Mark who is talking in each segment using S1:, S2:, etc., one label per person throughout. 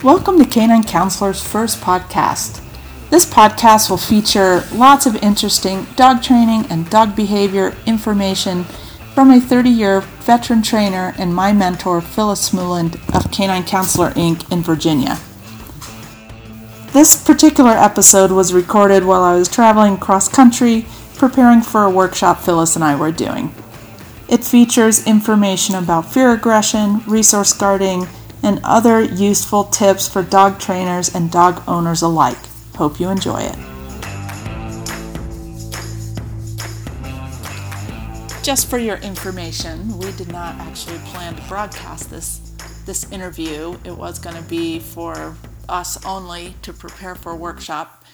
S1: Canine Counselor's first podcast. This podcast will feature lots of interesting dog training and dog behavior information from a 30 year veteran trainer and my mentor, Phyllis Smooland of Canine Counselor Inc. in Virginia. This particular episode was recorded while I was traveling cross country preparing for a workshop Phyllis and I were doing. It features information about fear aggression, resource guarding, and other useful tips for dog trainers and dog owners alike. Hope you enjoy it. Just for your information, we did not actually plan to broadcast this this interview. It was going to be for us only to prepare for a workshop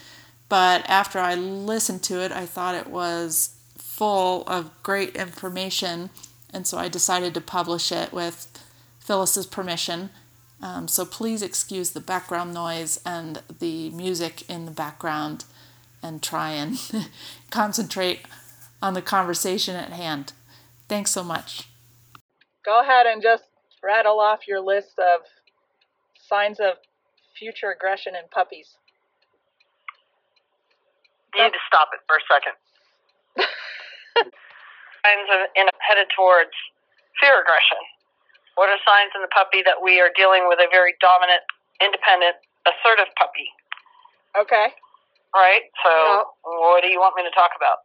S1: but after I listened to it, I thought it was full of great information, and so I decided to publish it with Phyllis's permission. Um, so please excuse the background noise and the music in the background and try and concentrate on the conversation at hand. Thanks so much.
S2: Go ahead and just rattle off your list of signs of future aggression in puppies.
S3: You need to stop it for a second. signs of in, headed towards fear aggression. What are signs in the puppy that we are dealing with a very dominant, independent, assertive puppy?
S2: Okay.
S3: Right? So,
S2: Yeah.
S3: what do you want me to talk about?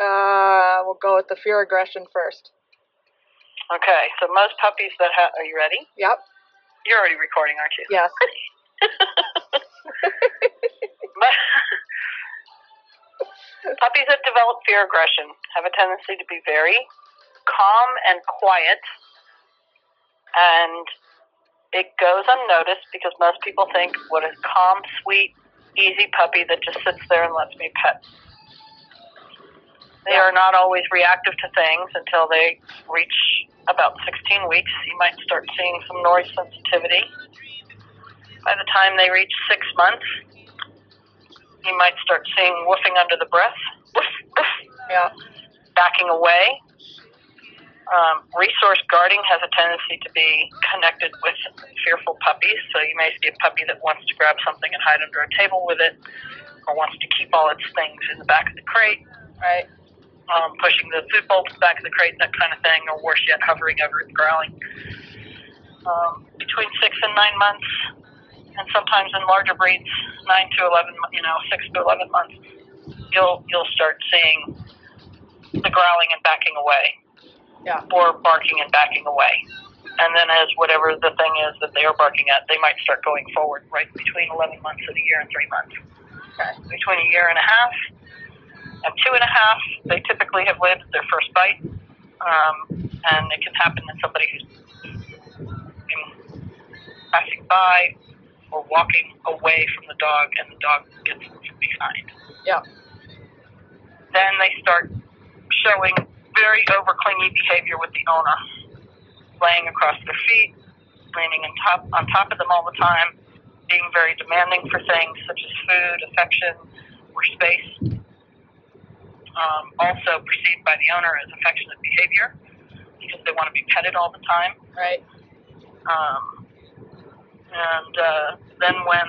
S2: Uh, we'll go with the fear aggression first.
S3: Okay, so most puppies that have. Are you ready?
S2: Yep.
S3: You're already recording, aren't you?
S2: Yes.
S3: Puppies that develop fear aggression have a tendency to be very calm and quiet, and it goes unnoticed because most people think, "What a calm, sweet, easy puppy that just sits there and lets me pet." They are not always reactive to things until they reach about 16 weeks. You might start seeing some noise sensitivity. By the time they reach six months, you might start seeing woofing under the breath, woof, woof,
S2: Yeah.
S3: backing away. Um, resource guarding has a tendency to be connected with fearful puppies, so you may see a puppy that wants to grab something and hide under a table with it, or wants to keep all its things in the back of the crate,
S2: Right.
S3: um, pushing the food bowl to the back of the crate, that kind of thing, or worse yet, hovering over it and growling. Um, between six and nine months, and sometimes in larger breeds, nine to eleven, mo- you know, six to eleven months, you'll you'll start seeing the growling and backing away,
S2: Yeah.
S3: or barking and backing away. And then, as whatever the thing is that they are barking at, they might start going forward right between 11 months and a year and three months.
S2: Okay.
S3: Between a year and a half and two and a half, they typically have lived their first bite. Um, and it can happen to somebody who's been passing by or walking away from the dog, and the dog gets them from behind
S2: Yeah.
S3: then they start showing very over clingy behavior with the owner, laying across their feet, leaning on top, on top of them all the time, being very demanding for things such as food, affection, or space. Um, also perceived by the owner as affectionate behavior because they want to be petted all the time.
S2: Right.
S3: Um, and uh, then when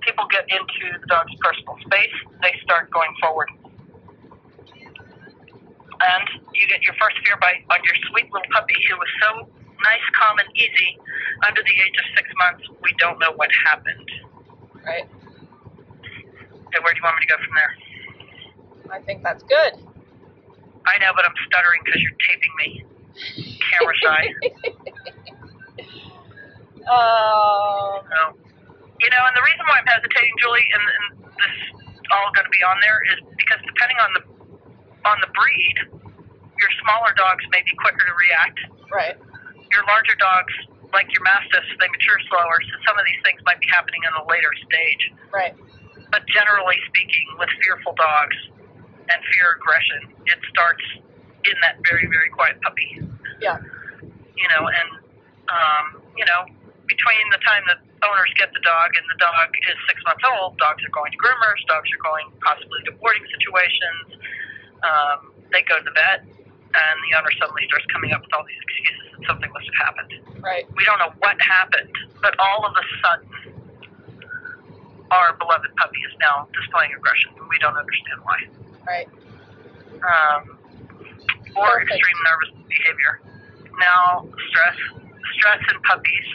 S3: people get into the dog's personal space, they start going forward. And you get your first fear bite on your sweet little puppy who was so nice, calm, and easy. Under the age of six months, we don't know what happened.
S2: Right.
S3: So where do you want me to go from there?
S2: I think that's good.
S3: I know, but I'm stuttering because you're taping me. Camera shy.
S2: Um.
S3: So, you know, and the reason why I'm hesitating, Julie, and, and this is all going to be on there is because depending on the on the breed, your smaller dogs may be quicker to react.
S2: Right.
S3: Your larger dogs, like your mastiffs, they mature slower, so some of these things might be happening at a later stage.
S2: Right.
S3: But generally speaking, with fearful dogs and fear aggression, it starts in that very, very quiet puppy
S2: Yeah.
S3: you know, and um, you know, between the time the owners get the dog and the dog is six months old, dogs are going to groomers, dogs are going possibly to boarding situations. Um, they go to the vet, and the owner suddenly starts coming up with all these excuses that something must have happened.
S2: Right.
S3: We don't know what happened, but all of a sudden, our beloved puppy is now displaying aggression, and we don't understand why.
S2: Right.
S3: Um, or
S2: Perfect.
S3: extreme nervous behavior. Now, stress, stress in puppies,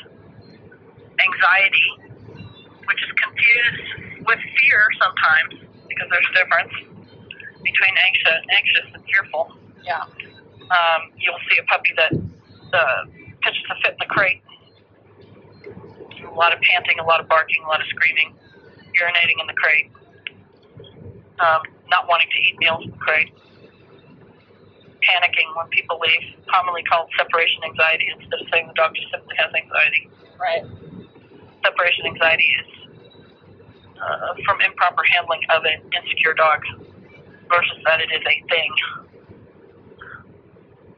S3: anxiety, which is confused with fear sometimes because there's a difference between anxious, anxious and fearful
S2: Yeah.
S3: um, you'll see a puppy that uh, pitches a fit in the crate. A lot of panting, a lot of barking, a lot of screaming, urinating in the crate, um, not wanting to eat meals in the crate, panicking when people leave, commonly called separation anxiety instead of saying the dog just simply has anxiety.
S2: Right.
S3: Separation anxiety is uh, from improper handling of an insecure dog versus that it is a thing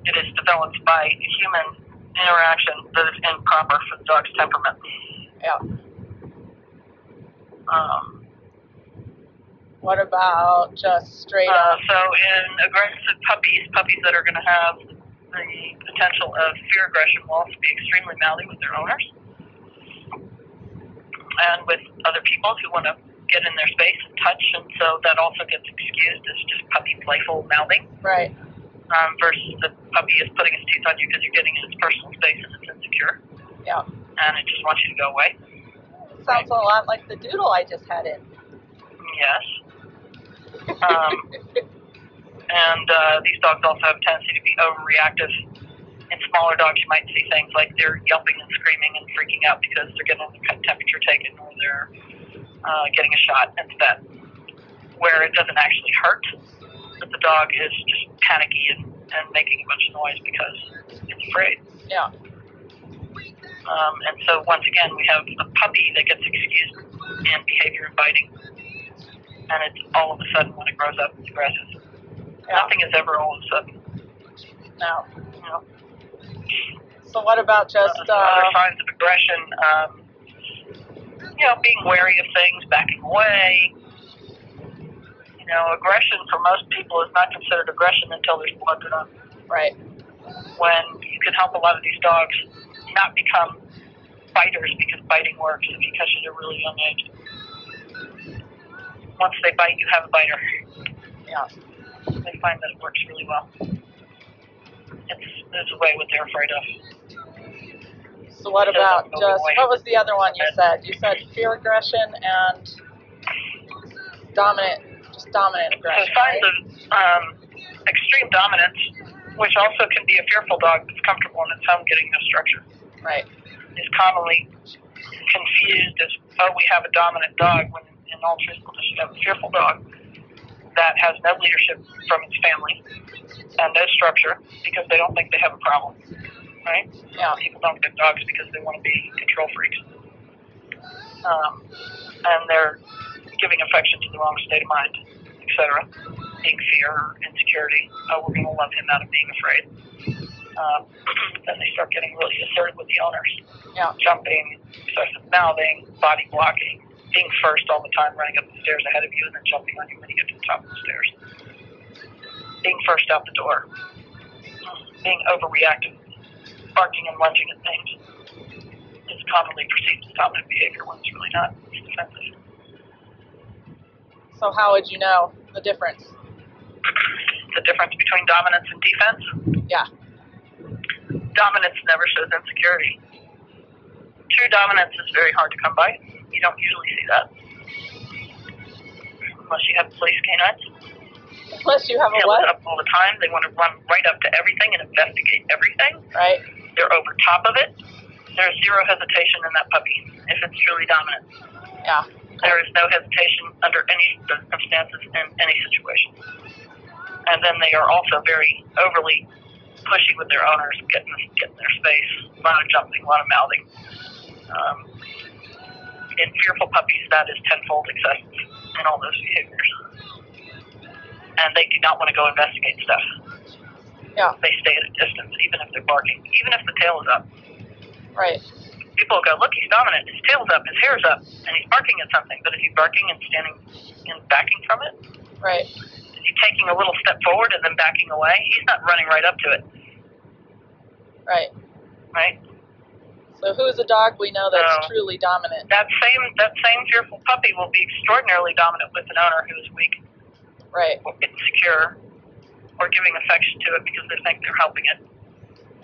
S3: it is developed by human interaction that is improper for the dog's temperament.
S2: Yeah.
S3: Um,
S2: What about just straight
S3: uh,
S2: up?
S3: so, in aggressive puppies, puppies that are going to have the potential of fear aggression will also be extremely mouthy with their owners and with other people who want to get in their space and touch, and so that also gets excused as just puppy playful mouthing.
S2: Right.
S3: um, versus the puppy is putting its teeth on you because you're getting in its personal space and it's insecure.
S2: Yeah.
S3: And it just wants you to go away.
S2: Sounds a lot like the doodle I just had in.
S3: Yes. Um, and uh, these dogs also have a tendency to be overreactive. In smaller dogs, you might see things like they're yelping and screaming and freaking out because they're getting their temperature taken or they're uh, getting a shot at the vet, where it doesn't actually hurt, but the dog is just panicky and, and making a bunch of noise because it's afraid.
S2: Yeah.
S3: Um, and so once again, we have a puppy that gets excused in behavior and biting, and it's all of a sudden when it grows up, it's aggressive.
S2: Yeah.
S3: Nothing is ever all of a sudden.
S2: No.
S3: You know,
S2: So what about just
S3: Uh,
S2: uh,
S3: other signs of aggression, um, you know, being wary of things, backing away. You know, aggression for most people is not considered aggression until there's blood drawn.
S2: right?
S3: when you can help a lot of these dogs not become biters because biting works if you catch it at a really young age. Once they bite, you have a biter.
S2: Yeah.
S3: They find that it works really well. It's, it's a way what they're afraid of.
S2: So what
S3: Just
S2: about
S3: moving
S2: just
S3: away.
S2: what was the other one you said? You said fear aggression and dominant, just dominant
S3: So
S2: aggression.
S3: signs
S2: right?
S3: of um, extreme dominance, which also can be a fearful dog that's comfortable in its home getting no structure.
S2: right.
S3: is commonly confused as, oh, we have a dominant dog, when in all truthfulness, you have a fearful dog that has no leadership from its family and no structure because they don't think they have a problem, right?
S2: Yeah.
S3: People don't get dogs because they want to be control freaks. Um, and they're giving affection to the wrong state of mind, etc. Being fear or insecurity. Oh, we're going to love him out of being afraid. Um, then they start getting really assertive with the owners
S2: Yeah.
S3: jumping, excessive mouthing, body blocking, being first all the time, running up the stairs ahead of you, and then jumping on you when you get to the top of the stairs. Being first out the door, being overreactive, barking and lunging at things is commonly perceived as dominant behavior when it's really not. It's defensive.
S2: So how would you know the difference?
S3: The difference between dominance and defense?
S2: Yeah.
S3: Dominance never shows insecurity. True dominance is very hard to come by. You don't usually see that. Unless you have police canines.
S2: Unless you have a
S3: tails
S2: what?
S3: up all the time. They want to run right up to everything and investigate everything.
S2: Right.
S3: They're over top of it. There's zero hesitation in that puppy if it's truly dominant.
S2: Yeah.
S3: There is no hesitation under any circumstances in any situation. And then they are also very overly pushy with their owners, getting getting their space, a lot of jumping, a lot of mouthing. Um, in fearful puppies, that is tenfold excessive in all those behaviors. And they do not want to go investigate stuff.
S2: Yeah.
S3: They stay at a distance, even if they're barking, even if the tail is up
S2: Right.
S3: people go, look, he's dominant. His tail's up, his hair's up, and he's barking at something. But is he barking and standing and backing from it?
S2: Right.
S3: Is he taking a little step forward and then backing away? He's not running right up to it,
S2: Right.
S3: right?
S2: So who's a dog we know that's
S3: No.
S2: truly dominant?
S3: That same that same fearful puppy will be extraordinarily dominant with an owner who is weak,
S2: Right.
S3: insecure, or giving affection to it because they think they're helping it,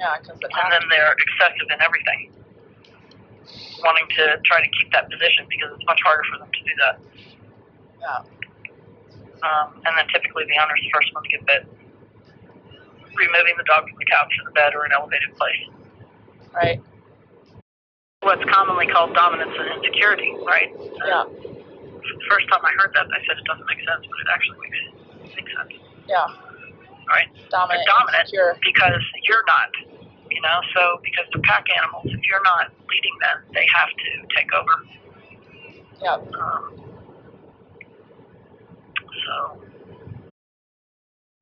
S2: Yeah, because it
S3: and
S2: has
S3: then they're excessive in everything, wanting to try to keep that position because it's much harder for them to do that.
S2: Yeah.
S3: Um, and then typically the owner's the first one to get bit. Removing the dog from the couch or the bed or an elevated place.
S2: Right.
S3: What's commonly called dominance and insecurity, right?
S2: Yeah.
S3: The first time I heard that, I said it doesn't make sense, but it actually makes, makes sense.
S2: Yeah.
S3: Right.
S2: Dominant.
S3: They're dominant.
S2: Secure.
S3: Because you're not, you know, so because they're pack animals, if you're not leading them, they have to take over.
S2: Yeah.
S3: Um, so,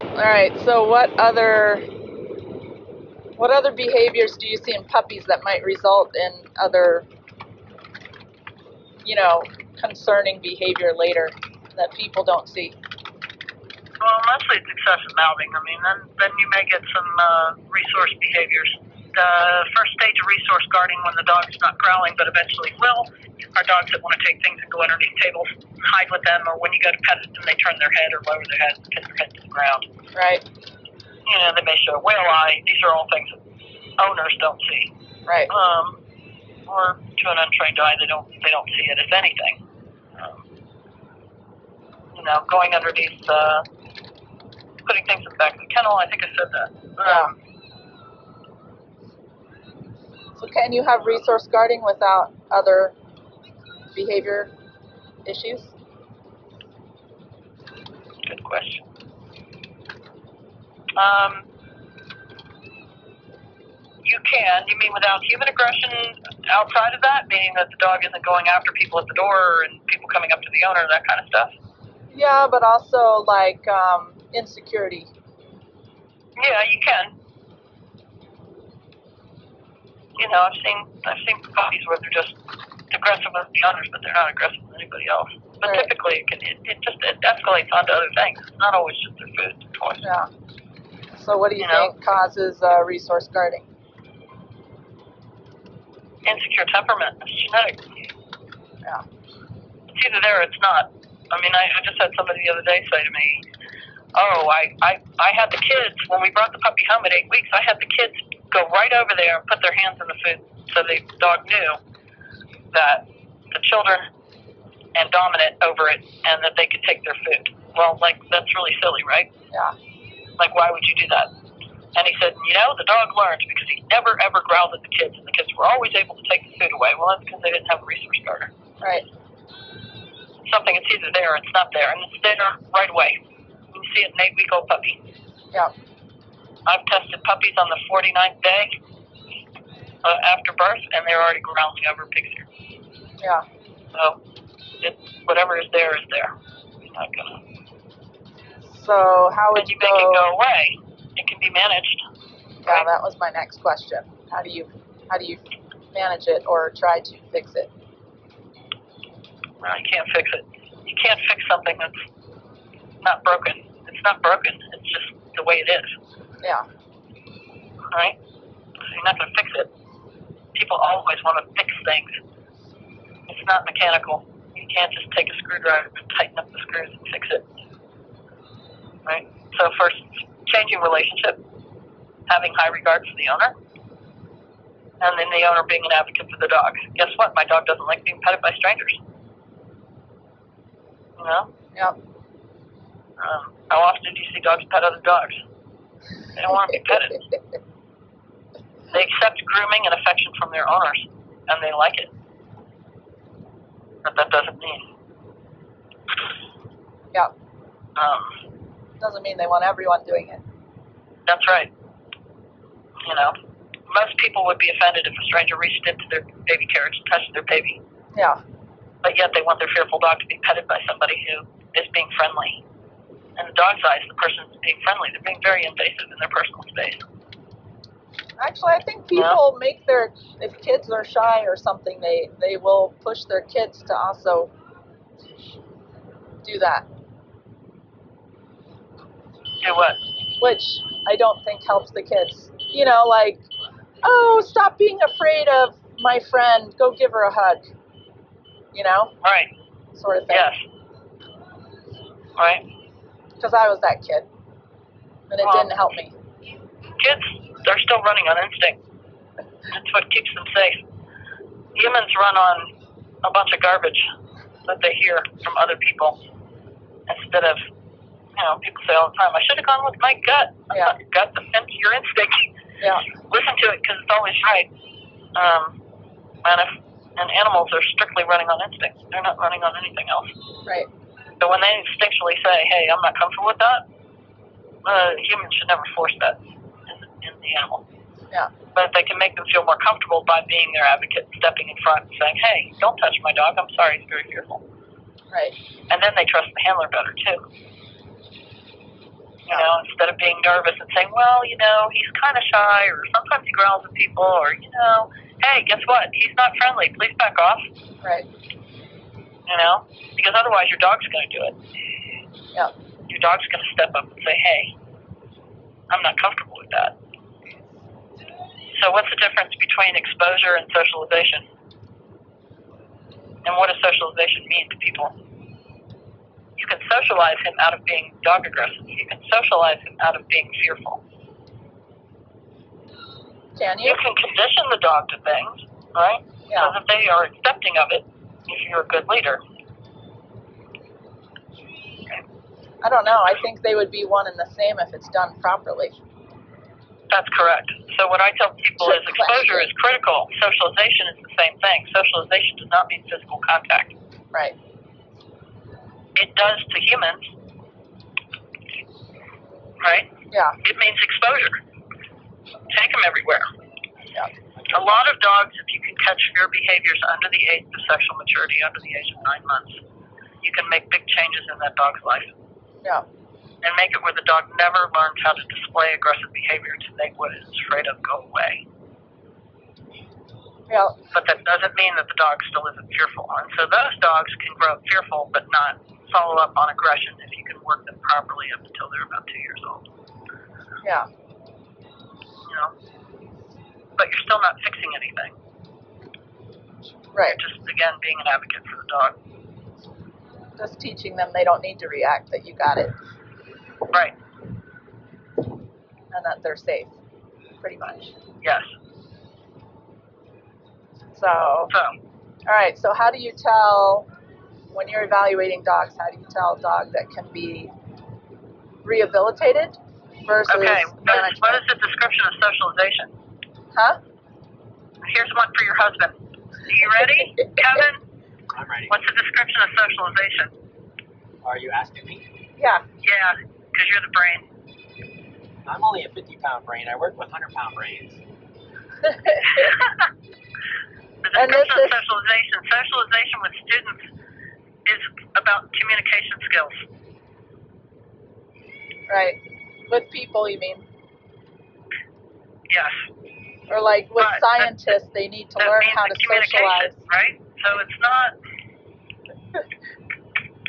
S2: All right. So what other what other behaviors do you see in puppies that might result in other you know concerning behavior later that people don't see?
S3: well, mostly it's excessive mouthing. I mean, then, then you may get some uh, resource behaviors. The first stage of resource guarding when the dog's not growling but eventually will are dogs that want to take things and go underneath tables and hide with them, or when you go to pet them, they turn their head or lower their head and pin their head to the ground.
S2: Right.
S3: you know, they may show a whale eye. These are all things that owners don't see,
S2: Right.
S3: um, or to an untrained eye, they don't they don't see it as anything. Um, you know, going underneath, uh, putting things in the back of the kennel. I think I said that. Um,
S2: So can you have resource guarding without other behavior issues?
S3: Good question. Um, you can. You mean without human aggression outside of that, meaning that the dog isn't going after people at the door and people coming up to the owner, that kind of stuff?
S2: Yeah, but also like um, insecurity.
S3: Yeah, you can. You know, I've seen I've seen puppies where they're just aggressive with the owners, but they're not aggressive with anybody else. But
S2: Right.
S3: typically, it, can, it, it just it escalates onto other things. It's not always just their food and toys.
S2: Yeah. So what do you
S3: You know?
S2: think causes uh, resource guarding?
S3: Insecure temperament. It's genetic.
S2: Yeah.
S3: It's either there or it's not. I mean, I, I just had somebody the other day say to me, "Oh, I, I I had the kids when we brought the puppy home at eight weeks. I had the kids go right over there and put their hands in the food, so the dog knew that the children and dominant over it, and that they could take their food. Well, like that's really silly, right?
S2: Yeah.
S3: Like, why would you do that? And he said, you know, the dog learned because he never ever growled at the kids, and the kids were always able to take the food away. Well, that's because they didn't have a resource guarder
S2: Right.
S3: something it's either there or it's not there, and it's there right away. You can see it in an eight week old puppy.
S2: Yeah.
S3: I've tested puppies on the 49th day uh, after birth, and they're already growling over pig's ear.
S2: Yeah.
S3: So it, whatever is there is there. It's not gonna.
S2: So how would
S3: But you make it go away. It can be managed.
S2: Yeah, that was my next question. How do you how do you manage it or try to fix it?
S3: Well, you can't fix it. You can't fix something that's not broken. It's not broken. It's just the way it is.
S2: Yeah.
S3: right? So you're not going to fix it. People always want to fix things. It's not mechanical. You can't just take a screwdriver and tighten up the screws and fix it, right? So first, changing relationship, having high regard for the owner, and then the owner being an advocate for the dog. Guess what? My dog doesn't like being petted by strangers. You know?
S2: Yep.
S3: Um, how often do you see dogs pet other dogs? They don't want to be petted. They accept grooming and affection from their owners, and they like it. But that doesn't mean.
S2: Yeah.
S3: Um,
S2: Doesn't mean they want everyone doing it.
S3: that's right. You know, most people would be offended if a stranger reached into their baby carriage and touched their baby,
S2: Yeah.
S3: but yet they want their fearful dog to be petted by somebody who is being friendly. In the dog's eyes, the person is being friendly. They're being very invasive in their personal space.
S2: Actually, I think
S3: Yeah.
S2: people make their if kids are shy or something, they they will push their kids to also do that,
S3: Do what?
S2: which I don't think helps the kids. You know, like, oh, stop being afraid of my friend, go give her a hug, you know,
S3: Right.
S2: sort of thing.
S3: Yes. Right.
S2: Because I was that kid, and it
S3: Well,
S2: didn't help me.
S3: Kids, they're still running on instinct. That's what keeps them safe. Humans run on a bunch of garbage that they hear from other people instead of, you know, people say all the time, I should have gone with my gut.
S2: Yeah.
S3: Your gut, the sense, your instinct.
S2: Yeah,
S3: Listen to it because it's always right. Um, and, if, and animals are strictly running on instinct. They're not running on anything else.
S2: right.
S3: So when they instinctually say, "Hey, I'm not comfortable with that," uh, humans should never force that in the, in the animal.
S2: Yeah.
S3: But they can make them feel more comfortable by being their advocate, stepping in front, and saying, "Hey, don't touch my dog. I'm sorry. He's very fearful."
S2: Right.
S3: And then they trust the handler better too. You know, instead of being nervous and saying, "Well, you know, he's kind of shy," or sometimes he growls at people, or you know, "Hey, guess what? He's not friendly. Please back off."
S2: Right.
S3: you know, because otherwise your dog's going to do it.
S2: Yeah.
S3: Your dog's going to step up and say, "Hey, I'm not comfortable with that." So what's the difference between exposure and socialization? And what does socialization mean to people? You can socialize him out of being dog aggressive. You can socialize him out of being fearful.
S2: Can you?
S3: You can condition the dog to things, right?
S2: Yeah.
S3: Because if they are accepting of it, if you're a good leader,
S2: I don't know. I think they would be one and the same if it's done properly.
S3: That's correct. So what I tell people is
S2: Trick
S3: exposure
S2: question.
S3: is critical. Socialization is the same thing. Socialization does not mean physical contact.
S2: Right.
S3: It does to humans, right?
S2: Yeah.
S3: It means exposure. Take them everywhere.
S2: Yeah.
S3: A lot of dogs, if you can catch fear behaviors under the age of sexual maturity, under the age of nine months, you can make big changes in that dog's life
S2: Yeah.
S3: and make it where the dog never learns how to display aggressive behavior to make what it's afraid of go away.
S2: Yeah.
S3: but that doesn't mean that the dog still isn't fearful. And so those dogs can grow up fearful, but not follow up on aggression if you can work them properly up until they're about two years old.
S2: Yeah.
S3: You know, but you're still not fixing anything.
S2: Right.
S3: You're just again being an advocate for the dog.
S2: Just teaching them they don't need to react, that you got it,
S3: Right.
S2: and that they're safe, pretty much.
S3: Yes.
S2: So, all
S3: So
S2: right. So, how do you tell when you're evaluating dogs? How do you tell a dog that can be rehabilitated versus
S3: okay, what is, what is
S2: management?
S3: the description of socialization?
S2: Huh?
S3: Here's one for your husband. Are you ready, Kevin?
S4: I'm ready.
S3: What's the description of socialization?
S4: Are you asking me?
S2: Yeah.
S3: Yeah, because you're the brain.
S4: I'm only a 50 pound brain. I work with 100 pound brains.
S3: the
S2: And this
S3: description of
S2: is-
S3: socialization. Socialization with students is about communication skills.
S2: right. With people, you mean?
S3: Yes.
S2: Or like with
S3: Right.
S2: scientists, they need to
S3: that
S2: learn
S3: means
S2: how
S3: the
S2: to
S3: communication,
S2: socialize.
S3: right? So it's not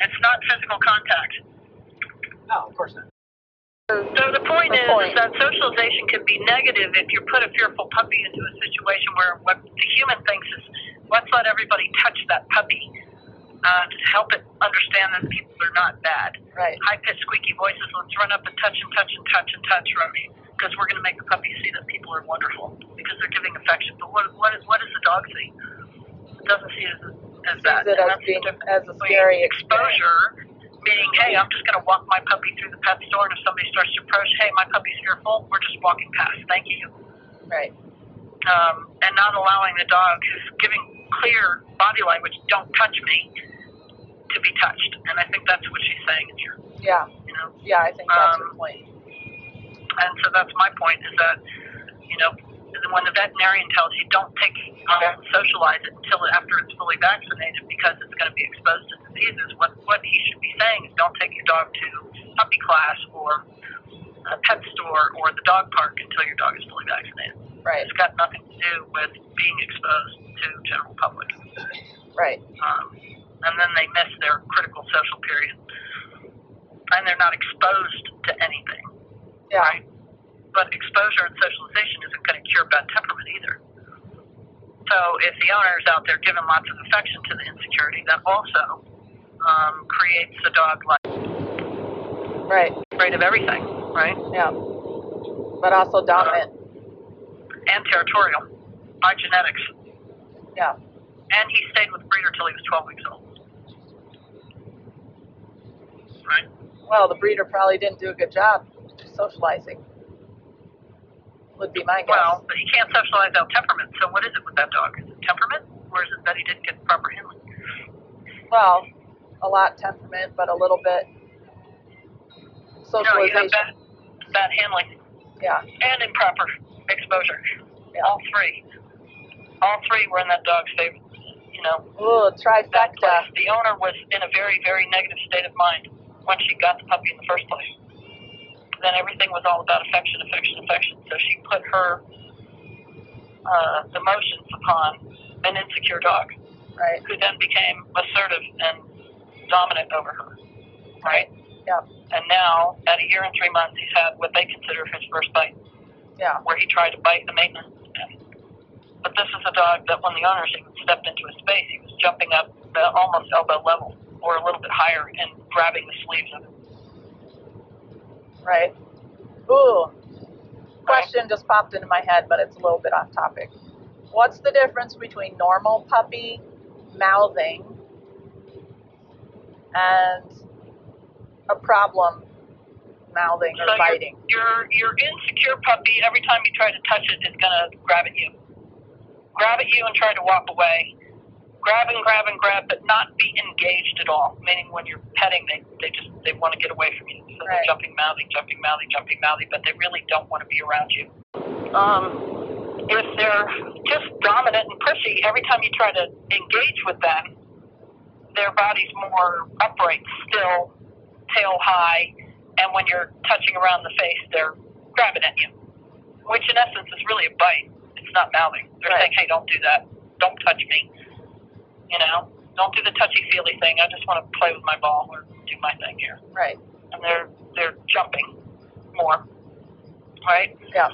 S3: it's not physical contact.
S4: No, of course not.
S3: So the point
S2: The
S3: is
S2: point.
S3: that socialization can be negative if you put a fearful puppy into a situation where what the human thinks is, let's let everybody touch that puppy uh, to help it understand that people are not bad.
S2: Right.
S3: high pitched, squeaky voices. Let's run up and touch and touch and touch and touch, Romy, because we're going to make the puppy see that people are wonderful because they're giving affection. But what what is what does the dog see? It doesn't see it as, as
S2: Sees
S3: that.
S2: it as
S3: And that's the
S2: being
S3: difference
S2: as a
S3: between
S2: scary experience.
S3: exposure, meaning hey, I'm just going to walk my puppy through the pet store, and if somebody starts to approach, hey, my puppy's fearful, we're just walking past. Thank you
S2: Right.
S3: um, and not allowing the dog who's giving clear body language, don't touch me, to be touched. And I think that's what she's saying in here.
S2: Yeah.
S3: You know,
S2: Yeah. I think that's the
S3: Um,
S2: point.
S3: and so that's my point is that, you know, when the veterinarian tells you don't take, don't socialize it until after it's fully vaccinated because it's going to be exposed to diseases, what, what he should be saying is don't take your dog to puppy class or a pet store or the dog park until your dog is fully vaccinated.
S2: Right.
S3: It's got nothing to do with being exposed to general public.
S2: Right.
S3: Um, and then they miss their critical social period. And they're not exposed to anything.
S2: Yeah.
S3: But exposure and socialization isn't going to cure bad temperament either. So if the owner's out there giving lots of affection to the insecurity, that also um, creates the dog like
S2: Right.
S3: afraid of everything, right?
S2: Yeah. But
S3: Uh,
S2: also dominant.
S3: And territorial by genetics.
S2: Yeah.
S3: And he stayed with breeder till he was 12 weeks old. Right?
S2: Well, the breeder probably didn't do a good job socializing. Would be my guess.
S3: Well, but he can't socialize out temperament. So what is it with that dog? Is it temperament, or is it that he didn't get proper handling?
S2: well, a lot temperament, but a little bit
S3: No, you
S2: socialization.
S3: have bad, bad handling
S2: yeah.
S3: and improper exposure.
S2: Yeah.
S3: All three. All three were in that dog's favor. You know,
S2: Ooh,
S3: that
S2: trifecta.
S3: place. The owner was in a very, very negative state of mind when she got the puppy in the first place. Then everything was all about affection, affection, affection. So she put her uh, emotions upon an insecure dog.
S2: Right.
S3: who then became assertive and dominant over her, right?
S2: Yeah.
S3: And now, at a year and three months, he's had what they consider his first bite,
S2: Yeah.
S3: where he tried to bite the maintenance. man. But this is a dog that when the owners even stepped into his space, he was jumping up the almost elbow level or a little bit higher and grabbing the sleeves of it.
S2: Right. Ooh. Question just popped into my head, but it's a little bit off topic. What's the difference between normal puppy mouthing and a problem mouthing or
S3: So you're-
S2: biting?
S3: Your your insecure puppy, every time you try to touch it, is gonna grab at you. Grab at you and try to walk away. Grab and grab and grab, but not be engaged at all. Meaning when you're petting, they, they just they want to get away from you. So
S2: Right.
S3: they're jumping, mouthing, jumping, mouthing, jumping, mouthing, but they really don't want to be around you. Um, if they're just dominant and pushy, every time you try to engage with them, their body's more upright, still, tail high, and when you're touching around the face, they're grabbing at you, which in essence is really a bite. It's not mouthing. They're
S2: Right.
S3: saying, "Hey, don't do that. Don't touch me. You know, don't do the touchy feely thing. I just want to play with my ball or do my thing here."
S2: Right.
S3: And they're they're jumping more, right?
S2: Yeah.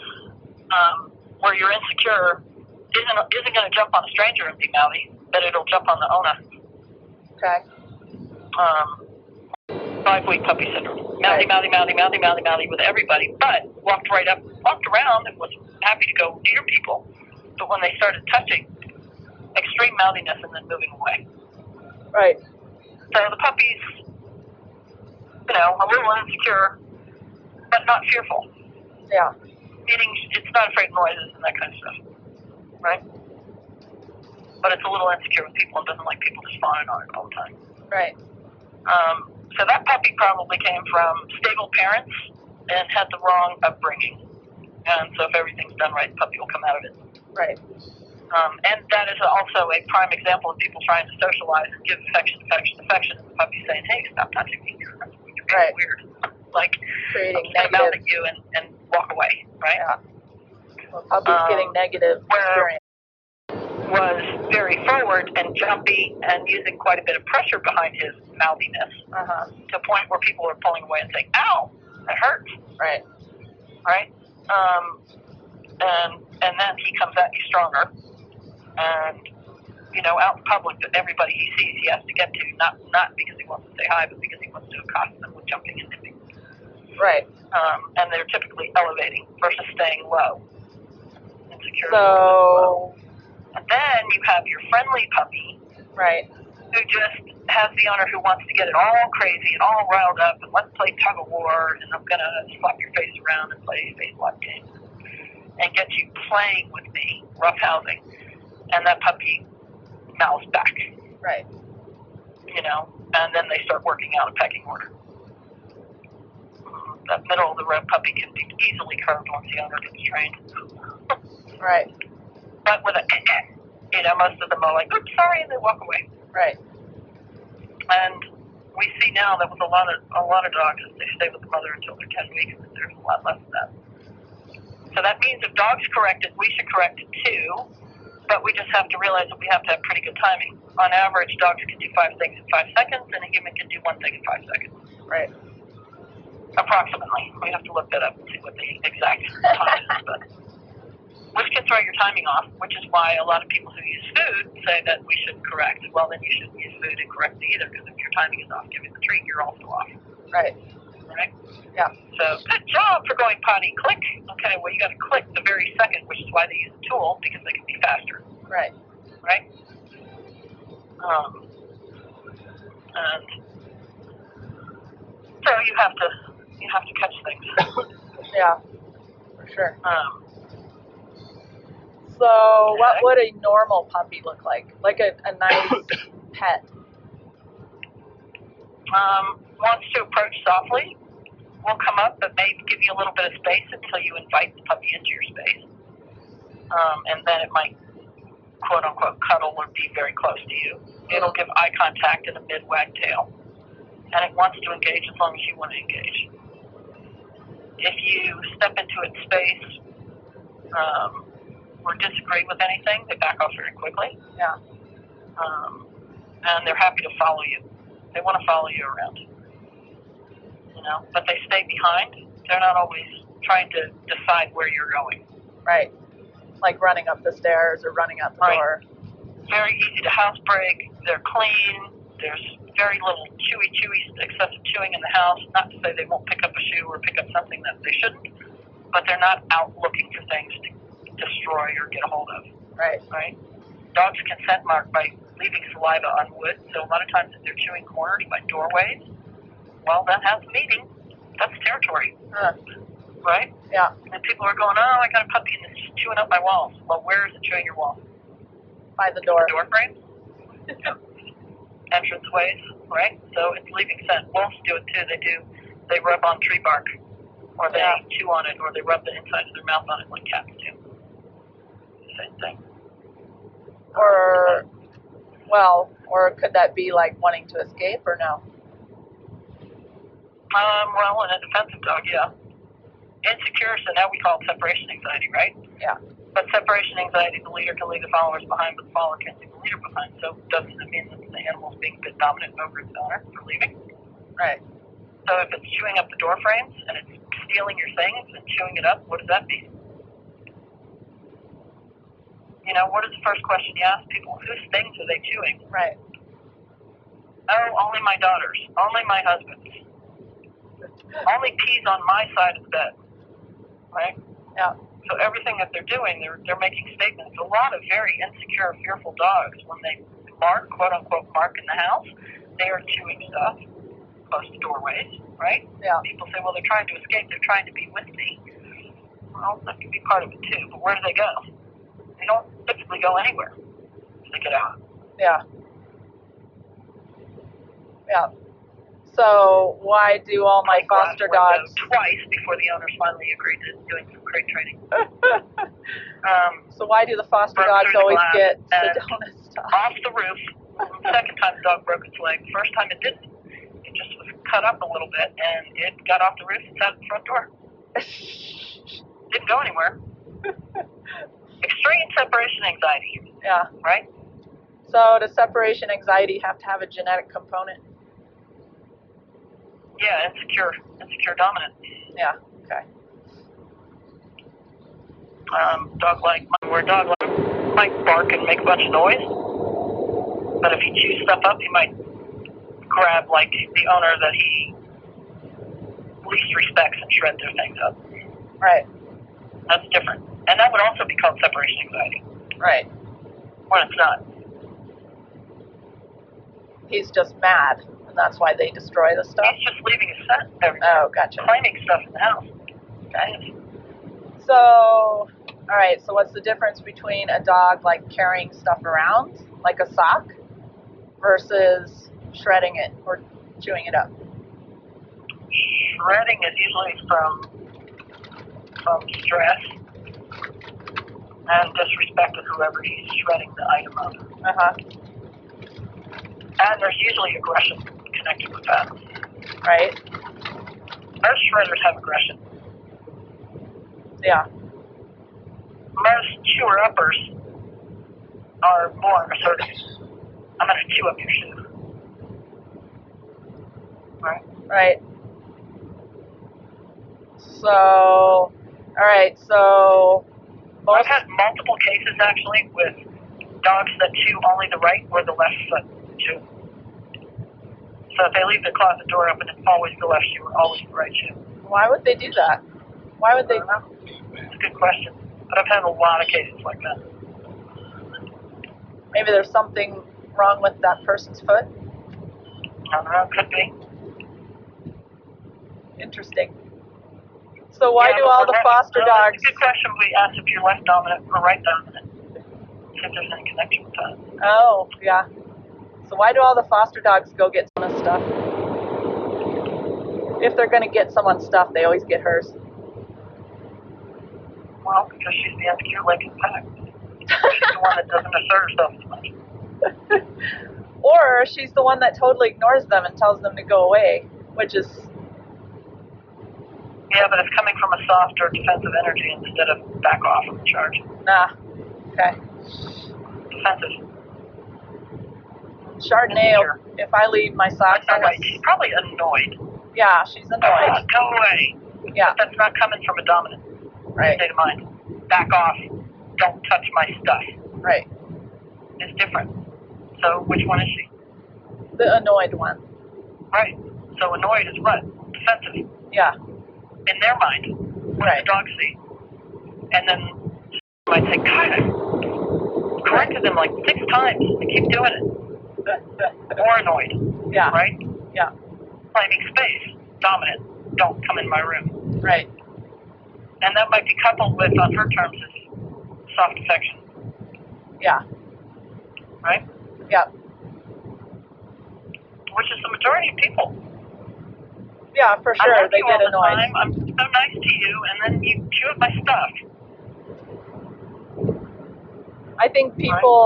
S3: Um, where you're insecure isn't isn't going to jump on a stranger and be mouthy, but it'll jump on the owner.
S2: Okay.
S3: um, five week puppy syndrome. Mouthy,
S2: Right.
S3: mouthy, mouthy, mouthy, mouthy, mouthy with everybody, but walked right up, walked around, and was happy to go near people. But when they started touching, extreme mouthiness and then moving away.
S2: Right.
S3: So the puppy's, you know, a little insecure, but not fearful,
S2: Yeah.
S3: meaning it's not afraid of noises and that kind of stuff, right? But it's a little insecure with people and doesn't like people just fawning on it all the time.
S2: Right.
S3: Um, so that puppy probably came from stable parents and had the wrong upbringing. And so if everything's done right, the puppy will come out of it.
S2: Right.
S3: Um, and that is also a prime example of people trying to socialize and give affection, affection, affection. And the puppy saying, hey, stop touching me. You're being
S2: Right.
S3: weird. Like, I'm
S2: Creating
S3: just going to mouth
S2: negative.
S3: at you and, and walk away, right?
S2: Yeah. Well, puppies
S3: Um,
S2: getting negative
S3: where-
S2: experience.
S3: Was very forward and jumpy and using quite a bit of pressure behind his mouthiness
S2: Uh huh.
S3: to a point where people were pulling away and saying, ow, that hurts.
S2: Right.
S3: right? Um, and and then he comes at you stronger, and you know, out in public, that everybody he sees, he has to get to, not not because he wants to say hi, but because he wants to accost them with jumping and nipping.
S2: Right.
S3: Um, and they're typically elevating versus staying low. Insecure.
S2: So.
S3: and then you have your friendly puppy,
S2: Right.
S3: who just has the owner who wants to get it all crazy and all riled up and let's play tug of war and I'm gonna slap your face around and play spacewalk games and get you playing with me, roughhousing, and that puppy mouths back,
S2: Right.
S3: you know, and then they start working out a pecking order. Mm-hmm. That middle of the road puppy can be easily curbed once the owner gets trained.
S2: Right.
S3: But with a, you know, most of them are like, oops, sorry, and they walk away.
S2: Right.
S3: And we see now that with a lot of a lot of dogs, they stay with the mother until they're ten weeks, and there's a lot less of that. So that means if dogs correct it, we should correct it too. But we just have to realize that we have to have pretty good timing. On average, dogs can do five things in five seconds, and a human can do one thing in five seconds,
S2: Right.
S3: approximately. We have to look that up and see what the exact time is. But which can throw your timing off, which is why a lot of people who use food say that we should correct. Well, then you shouldn't use food and correct either, because if your timing is off giving the treat, you're also off,
S2: Right.
S3: right?
S2: Yeah.
S3: So good job for going potty. Click. Okay, well, you got to click the very second, which is why they use a tool, because they can be faster,
S2: Right.
S3: right? Um, and so you have to you have to catch things.
S2: Yeah. For sure.
S3: Um,
S2: So, what would a normal puppy look like? Like a, a nice pet.
S3: um, wants to approach softly, will come up but may give you a little bit of space until you invite the puppy into your space. Um, and then it might, quote unquote, cuddle or be very close to you. It'll give eye contact and a mid wag tail. And it wants to engage as long as you want to engage. If you step into its space um, or disagree with anything, they back off very quickly.
S2: Yeah.
S3: Um, and they're happy to follow you they want to follow you around. You know, but they stay behind. They're not always trying to decide where you're going.
S2: Right. Like running up the stairs or running out the
S3: Right.
S2: door.
S3: Very easy to house break. They're clean. There's very little chewy, chewy, excessive chewing in the house. Not to say they won't pick up a shoe or pick up something that they shouldn't, but they're not out looking for things to destroy or get a hold of.
S2: Right.
S3: right? Dogs can scent mark by leaving saliva on wood, so a lot of times if they're chewing corners by doorways, well, that has a meaning. That's territory,
S2: Huh.
S3: right?
S2: Yeah.
S3: And people are going, oh, I got a puppy and it's just chewing up my walls. Well, where is it chewing your walls?
S2: By the door.
S3: Door frames? Entranceways, right? So it's leaving scent. Wolves do it too. They do, they rub on tree bark, or they
S2: Yeah.
S3: chew on it, or they rub the inside of their mouth on it like cats do. Same thing.
S2: Or, well, or could that be like wanting to escape or no?
S3: Um, well, in a defensive dog, yeah. Insecure, so now we call it separation anxiety, right?
S2: Yeah.
S3: But separation anxiety, the leader can leave the followers behind, but the follower can't leave the leader behind. So doesn't it mean that the animal's being a bit dominant over its owner for leaving?
S2: Right.
S3: So if it's chewing up the door frames and it's stealing your things and chewing it up, what does that mean? You know, what is the first question you ask people? Whose things are they chewing?
S2: Right.
S3: Oh, only my daughters. Only my husband's. Only peas on my side of the bed. Right?
S2: Yeah.
S3: So everything that they're doing, they're they're making statements. A lot of very insecure, fearful dogs, when they mark, quote unquote, mark in the house, they are chewing stuff close to doorways, right?
S2: Yeah.
S3: People say, well, they're trying to escape. They're trying to be with me. Well, that could be part of it too. But where do they go? They don't typically go anywhere. They get out.
S2: Yeah. Yeah. So why do all Oh my
S3: Playground
S2: foster
S3: window
S2: dogs?
S3: twice before the owners finally agreed to doing some crate training. um,
S2: So why do the foster
S3: Broke
S2: dogs
S3: through the
S2: always
S3: glass
S2: get
S3: and-
S2: Sedona stuff?
S3: off the roof. Second time the dog broke its leg. First time it didn't. It just was cut up a little bit and it got off the roof and sat at the front door. Didn't go anywhere. Extreme separation anxiety,
S2: Yeah.
S3: right?
S2: So does separation anxiety have to have a genetic component?
S3: Yeah, insecure, insecure dominant.
S2: Yeah. Okay.
S3: um, dog like where a dog like might bark and make a bunch of noise. But if he chews stuff up, he might grab like the owner that he least respects and shred their things up.
S2: Right.
S3: That's different, and that would also be called separation anxiety
S2: Right.
S3: when it's not.
S2: He's just mad, and that's why they destroy the stuff.
S3: He's just leaving his scent everywhere,
S2: Oh, gotcha.
S3: uh, claiming stuff in the house. Okay.
S2: So, all right. So what's the difference between a dog like carrying stuff around, like a sock, versus shredding it or chewing it up?
S3: Shredding is usually from from stress and disrespect of whoever he's shredding the item of.
S2: Uh huh.
S3: And there's usually aggression connected with that.
S2: Right.
S3: Most shredders have aggression.
S2: Yeah.
S3: Most chewer uppers are more assertive. I'm going to chew up your shoe. Right?
S2: Right. So, all right. So,
S3: I've had multiple cases actually with dogs that chew only the right or the left foot chew. So if they leave the closet door open, it's always the left shoe or always the right shoe.
S2: Why would they do that? Why would they?
S3: It's a good question, but I've had a lot of cases like that.
S2: Maybe there's something wrong with that person's foot.
S3: I don't know, could be.
S2: Interesting. So why
S3: Yeah,
S2: do
S3: but
S2: all
S3: we're
S2: the
S3: not-
S2: foster
S3: uh,
S2: dogs?
S3: It's a good question. We asked if you're left dominant or right dominant. See if there's any connection with that.
S2: Oh, yeah. So why do all the foster dogs go get someone's stuff? If they're gonna get someone's stuff, they always get hers.
S3: Well, because she's the SQ like in fact. She's the one that doesn't assert herself as much.
S2: Or she's the one that totally ignores them and tells them to go away, which is
S3: Yeah, but it's coming from a soft or defensive energy instead of back off of the charge.
S2: nah. Okay.
S3: Defensive.
S2: Chardonnay. If I leave my socks,
S3: Not
S2: on
S3: right. She's probably annoyed.
S2: yeah, she's
S3: Oh,
S2: annoyed.
S3: go away.
S2: Yeah,
S3: That's not coming from a dominant
S2: right,
S3: state of mind. Back off. Don't touch my stuff.
S2: right.
S3: It's different. So which one is she?
S2: The annoyed one.
S3: Right. So annoyed is what? Defensive.
S2: Yeah,
S3: in their mind what
S2: Right.
S3: the dog see. And then I might say, God, I corrected them like six times. They keep doing it. Or annoyed,
S2: yeah,
S3: right?
S2: yeah,
S3: Claiming space, dominant, don't come in my room.
S2: right,
S3: And that might be coupled with, on her terms, is soft affection,
S2: yeah,
S3: right?
S2: yeah,
S3: Which is the majority of people.
S2: yeah. For
S3: I
S2: sure,
S3: love
S2: they
S3: you
S2: get
S3: all the
S2: annoyed.
S3: time. I'm so nice to you, and then you chew at my stuff.
S2: I think people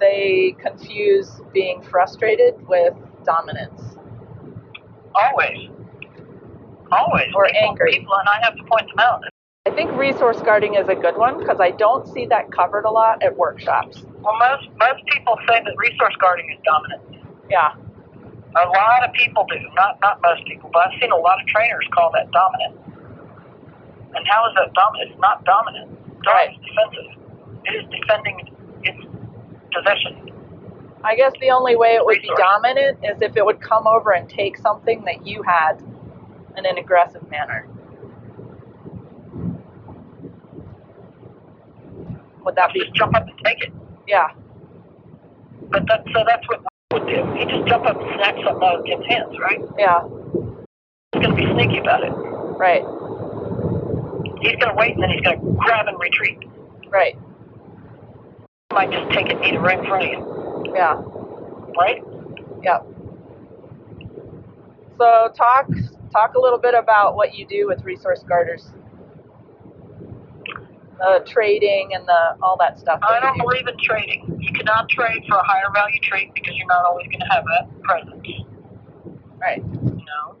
S2: they confuse being frustrated with dominance.
S3: Always. Always.
S2: Or
S3: people,
S2: angry.
S3: People, and I have to point them out.
S2: I think resource guarding is a good one because I don't see that covered a lot at workshops.
S3: Well, most most people say that resource guarding is dominant.
S2: Yeah,
S3: A lot of people do, not not most people, but I've seen a lot of trainers call that dominant. And how is that dominant? It's not dominant. Dominant
S2: Right.
S3: is defensive. It is defending its possession.
S2: I guess the only way it would be
S3: Resource.
S2: dominant is if it would come over and take something that you had in an aggressive manner. Would that be?
S3: Just jump up and take it.
S2: Yeah,
S3: But that so that's what would do. He just jump up and snatch something out of Jim's hands, right?
S2: yeah,
S3: He's gonna be sneaky about it.
S2: right,
S3: He's gonna wait and then he's gonna grab and retreat.
S2: right,
S3: He might just take it and eat it right in front of you,
S2: yeah.
S3: right?
S2: Yep. So talk talk a little bit about what you do with resource guarders. The trading and the all that stuff. that
S3: I
S2: you
S3: don't
S2: do.
S3: believe in trading. You cannot trade for a higher value treat because you're not always going to have that presence. You
S2: Right.
S3: know,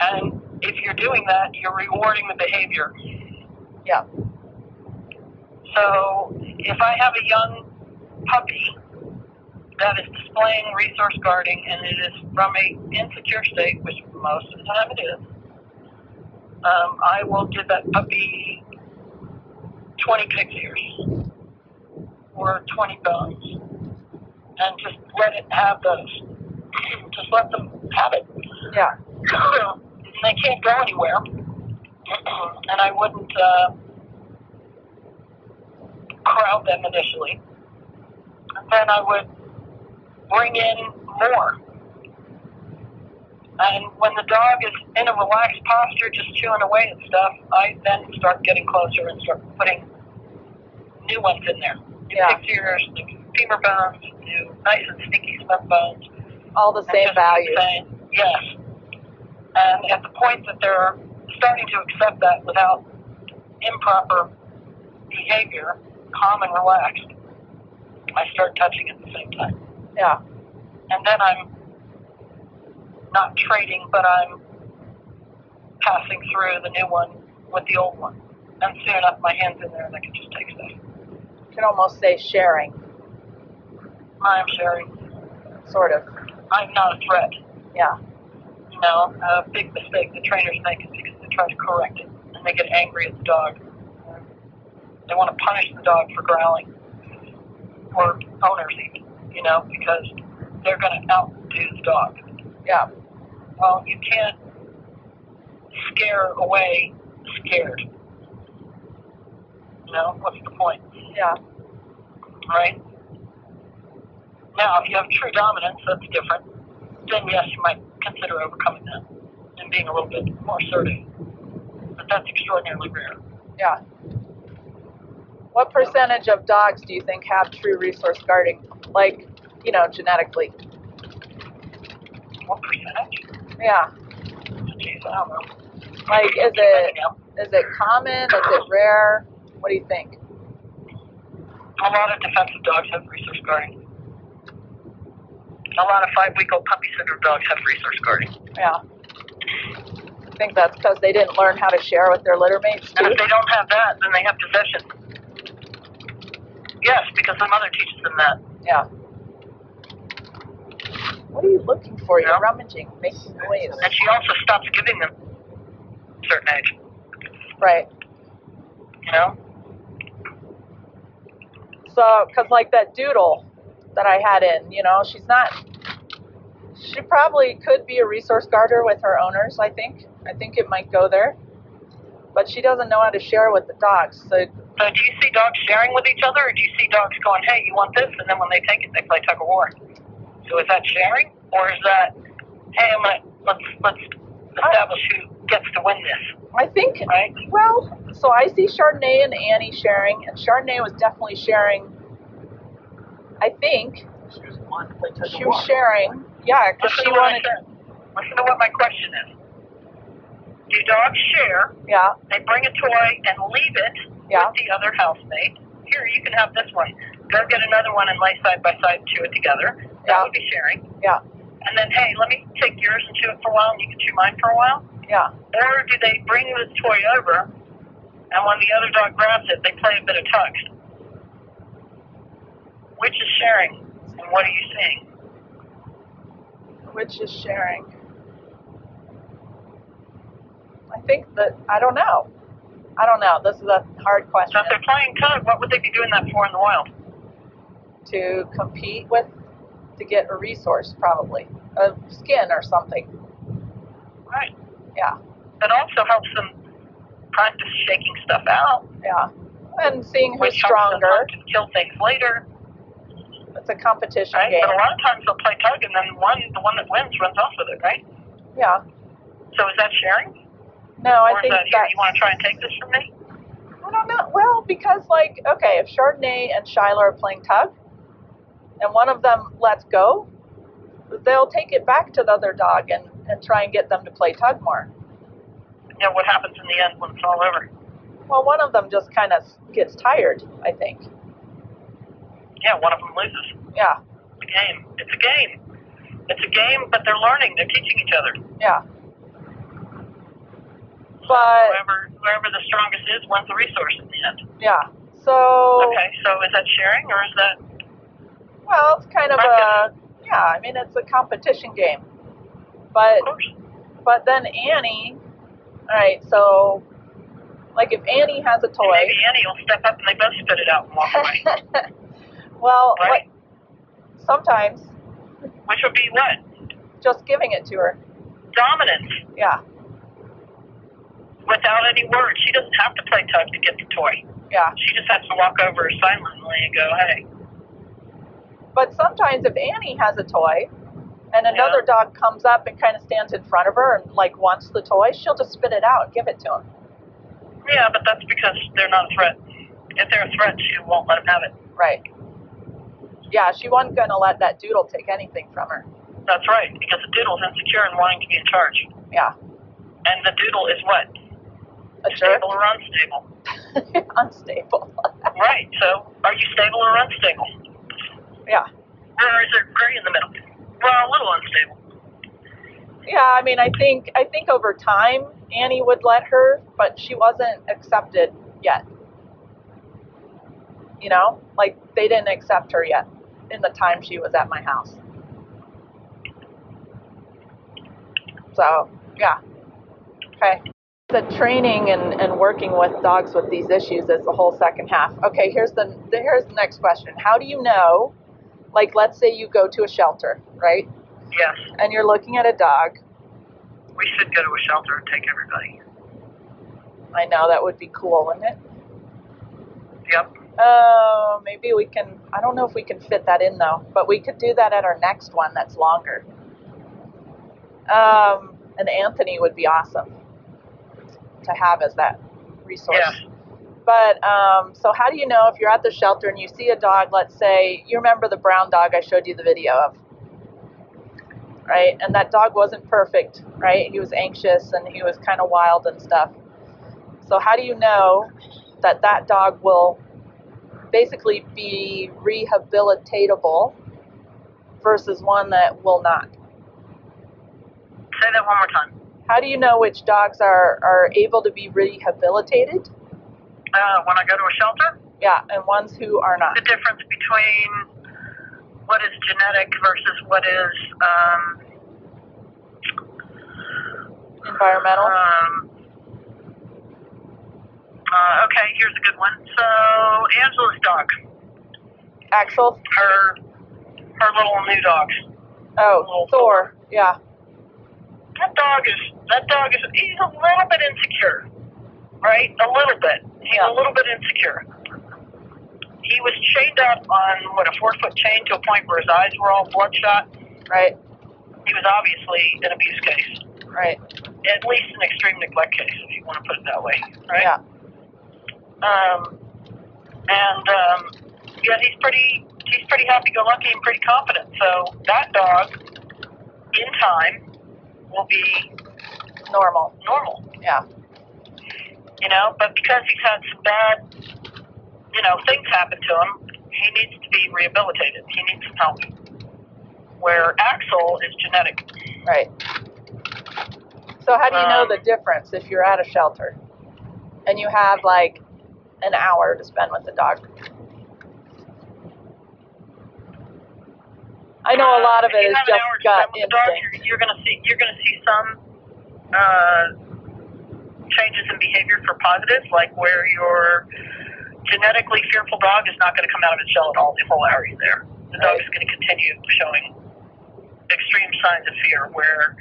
S3: and if you're doing that, you're rewarding the behavior.
S2: Yeah.
S3: So if I have a young puppy that is displaying resource guarding and it is from a insecure state, which most of the time it is, um, I will give that puppy 20 pig's ears or 20 bones and just let it have those. just let them have it.
S2: Yeah.
S3: they can't go anywhere. and I wouldn't uh, crowd them initially. Then I would bring in more. And when the dog is in a relaxed posture, just chewing away and stuff, I then start getting closer and start putting new ones in there. New
S2: Yeah.
S3: pig's ears, new femur bones, new nice and sneaky snuff bones.
S2: All the
S3: And
S2: same
S3: just
S2: value.
S3: Saying, yes. And at the point that they're starting to accept that without improper behavior, calm and relaxed, I start touching at the same time.
S2: Yeah.
S3: And then I'm not trading, but I'm passing through the new one with the old one. And soon enough, my hand's in there and I can just take stuff.
S2: You can almost say sharing,
S3: I'm sharing.
S2: sort of.
S3: I'm not a threat.
S2: Yeah.
S3: you know, a big mistake the trainers make is because they try to correct it and they get angry at the dog. They want to punish the dog for growling, or owners even, you know, because they're going to outdo the dog.
S2: Yeah.
S3: Well, you can't scare away scared. You know, what's the point?
S2: Yeah.
S3: right? Now, if you have true dominance, that's different. Then yes, you might consider overcoming that and being a little bit more assertive. But that's extraordinarily rare.
S2: Yeah. What percentage of dogs do you think have true resource guarding? Like, you know, genetically.
S3: What percentage?
S2: Yeah.
S3: Jeez, I don't know.
S2: Like, is
S3: I
S2: it
S3: don't know.
S2: is it common? Is it rare? What do you think?
S3: A lot of defensive dogs have resource guarding. A lot of five-week-old puppy sitter dogs have resource guarding.
S2: Yeah. I think that's because they didn't learn how to share with their litter mates.
S3: And
S2: too.
S3: if they don't have that, then they have possession. Yes, because the mother teaches them that.
S2: Yeah. What are you looking for? You're
S3: Yeah.
S2: rummaging, making noise.
S3: And she also stops giving them a certain age,
S2: Right.
S3: you know?
S2: So, because like that doodle that I had in, you know, she's not. She probably could be a resource guarder with her owners. I think. I think it might go there. But she doesn't know how to share with the dogs. So
S3: So do you see dogs sharing with each other, or do you see dogs going, hey, you want this? And then when they take it, they play tug of war. So is that sharing, or is that, hey, I'm gonna, let's, let's establish who gets to win this,
S2: I think.
S3: right?
S2: Well, so I see Chardonnay and Annie sharing, and Chardonnay was definitely sharing. I think
S4: She was one to play tug
S2: she
S4: of war.
S2: was sharing. Yeah, because
S3: Listen
S2: she
S3: to what I
S2: wanted.
S3: said. Listen to what my question is. Do dogs share?
S2: Yeah,
S3: They bring a toy and leave it
S2: Yeah.
S3: with the other housemate. Here, you can have this one. Go get another one and lay side by side, chew it together. That
S2: Yeah.
S3: would be sharing.
S2: yeah,
S3: and then hey, let me take yours and chew it for a while, and you can chew mine for a while?
S2: yeah.
S3: Or do they bring the toy over, and when the other dog grabs it, they play a bit of tug? Which is sharing, and what are you seeing?
S2: Which is sharing. I think that I don't know. I don't know. This is a hard
S3: So
S2: question
S3: if they're playing tug, what would they be doing that for in the wild?
S2: to compete with to get a resource, probably a skin or something.
S3: Right.
S2: Yeah,
S3: It also helps them practice shaking stuff out,
S2: yeah. And seeing who's
S3: which helps them
S2: stronger.
S3: practice kill things later.
S2: It's a competition
S3: Right.
S2: game.
S3: But a lot of times they'll play tug, and then one, the one that wins, runs off with it. Right.
S2: Yeah.
S3: So is that sharing?
S2: No, I
S3: or
S2: think
S3: is that here?
S2: that's-
S3: You want to try and take this from me?
S2: I don't know. Well, because like, okay, if Chardonnay and Shiloh are playing tug, and one of them lets go, they'll take it back to the other dog and, and try and get them to play tug more.
S3: you know, what happens in the end when it's all over.
S2: Well, one of them just kind of gets tired, I think.
S3: Yeah, one of them loses.
S2: Yeah,
S3: It's a game. It's a game. It's a game, but they're learning. They're teaching each other.
S2: yeah. But
S3: Whoever, whoever the strongest is wins the resource in the end.
S2: yeah, so
S3: Okay, so is that sharing or is that
S2: well, it's kind of a yeah. I mean, it's a competition game, but
S3: of course?
S2: but then Annie, all right. So like, if Annie has a
S3: And
S2: toy.
S3: Maybe Annie will step up and they both spit it out and walk away.
S2: well,
S3: Right.
S2: like, sometimes
S3: Which would be what?
S2: just giving it to her.
S3: Dominance
S2: Yeah,
S3: without any words. She doesn't have to play tug to get the toy.
S2: yeah.
S3: She just has to walk over silently and go, hey,
S2: But sometimes if Annie has a toy and another dog comes up and kind of stands in front of her and like wants the toy, she'll just spit it out and give it to him.
S3: yeah, but that's because they're not a threat. If they're a threat, she won't let them have it.
S2: Right. Yeah, she wasn't going to let that doodle take anything from her.
S3: That's right, because the doodle's insecure and wanting to be in charge.
S2: Yeah.
S3: And the doodle is what?
S2: A jerk.
S3: Stable or unstable.
S2: Unstable.
S3: right, so are you stable or unstable?
S2: yeah.
S3: Or is there gray in the middle? Well, a little unstable.
S2: Yeah, I mean, I think I think over time Annie would let her, but she wasn't accepted yet. You know, like they didn't accept her yet in the time she was at my house. So yeah, okay. said training and, and working with dogs with these issues is the whole second half. Okay, here's the, the here's the next question. How do you know? Like, let's say you go to a shelter, right?
S3: Yes,
S2: And you're looking at a dog.
S3: we should go to a shelter and take everybody.
S2: I know that would be cool, wouldn't it?
S3: Yep.
S2: Oh, maybe we can. I don't know if we can fit that in though, but we could do that at our next one that's longer. Um, and Anthony would be awesome to have as that resource.
S3: Yeah.
S2: But um, so, how do you know if you're at the shelter and you see a dog? Let's say you remember the brown dog I showed you the video of, right? And that dog wasn't perfect, right? He was anxious and he was kind of wild and stuff. So, how do you know that that dog will basically be rehabilitatable versus one that will not?
S3: Say that one more time.
S2: How do you know which dogs are, are able to be rehabilitated?
S3: Uh, when I go to a shelter,
S2: Yeah, and ones who are not.
S3: the difference between what is genetic versus what is um,
S2: Environmental.
S3: Um, uh, okay, here's a good one. So Angela's dog,
S2: Axel.
S3: her her little new dog.
S2: Oh, Thor. Yeah.
S3: That dog is that dog is he's a little bit insecure, right? A little bit. He's
S2: Yeah.
S3: a little bit insecure. He was chained up on what a four foot chain to a point where his eyes were all bloodshot.
S2: Right.
S3: He was obviously an abuse case,
S2: Right.
S3: at least an extreme neglect case, if you want to put it that way, right?
S2: Yeah.
S3: Um, and um, yeah, he's pretty he's pretty happy go lucky and pretty confident. So that dog, in time, will be
S2: Normal.
S3: normal.
S2: Yeah.
S3: You know, but because he's had some bad, you know, things happen to him, he needs to be rehabilitated. He needs some help. Where Axel is genetic.
S2: Right. So how do you know
S3: Um,
S2: the difference if you're at a shelter and you have like an hour to spend with the dog? I know a lot of
S3: Uh, if
S2: it
S3: you
S2: is
S3: have an
S2: just
S3: hour to
S2: gut
S3: spend with the dog,
S2: instinct.
S3: You're, you're gonna see you're gonna see some uh, changes in behavior for positive, like where your genetically fearful dog is not gonna come out of its shell at all the whole hour you're there. The dog
S2: Right.
S3: is gonna continue showing extreme signs of fear where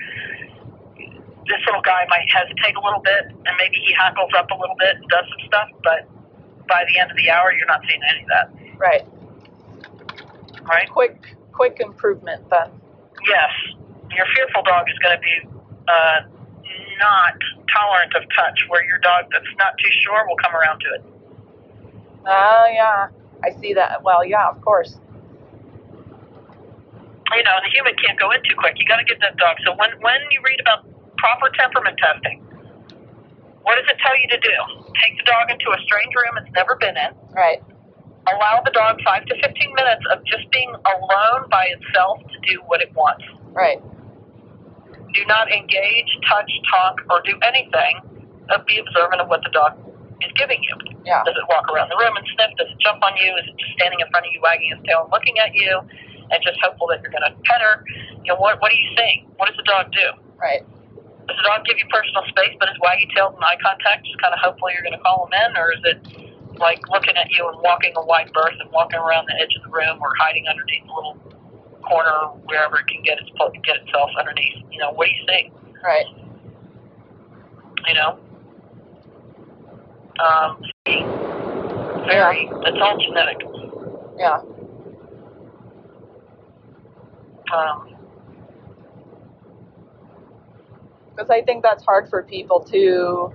S3: this little guy might hesitate a little bit and maybe he hackles up a little bit and does some stuff, but by the end of the hour you're not seeing any of that.
S2: Right.
S3: Right?
S2: Quick quick improvement then.
S3: Yes, your fearful dog is going to be uh, not tolerant of touch, where your dog that's not too sure will come around to it.
S2: Oh yeah. I see that. Well, yeah, of course.
S3: You know, and the human can't go in too quick. You got to get that dog. So when when you read about proper temperament testing, what does it tell you to do? Take the dog into a strange room it's never been in.
S2: Right.
S3: Allow the dog five to fifteen minutes of just being alone by itself to do what it wants.
S2: Right.
S3: Do not engage, touch, talk, or do anything. but Be observant of what the dog is giving you.
S2: Yeah.
S3: Does it walk around the room and sniff? Does it jump on you? Is it just standing in front of you, wagging its tail and looking at you, and just hopeful that you're going to pet her? You know, what, what are you seeing? What does the dog do?
S2: Right.
S3: Does the dog give you personal space, but is waggy tailed and eye contact just kind of hopeful you're going to call him in, or is it like looking at you and walking a wide berth and walking around the edge of the room or hiding underneath a little corner or wherever it can get, its, get itself underneath? You know, what are you seeing?
S2: Right.
S3: you know. Um, very, it's all genetic.
S2: Yeah.
S3: Um,
S2: because I think that's hard for people to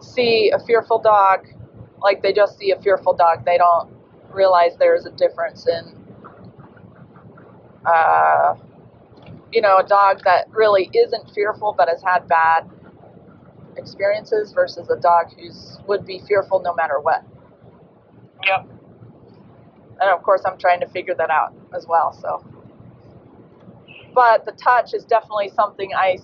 S2: see a fearful dog, like they just see a fearful dog. They don't realize there is a difference in, uh, you know, a dog that really isn't fearful but has had bad experiences versus a dog who's would be fearful no matter what.
S3: yep.
S2: and of course i'm trying to figure that out as well so but the touch is definitely something i s-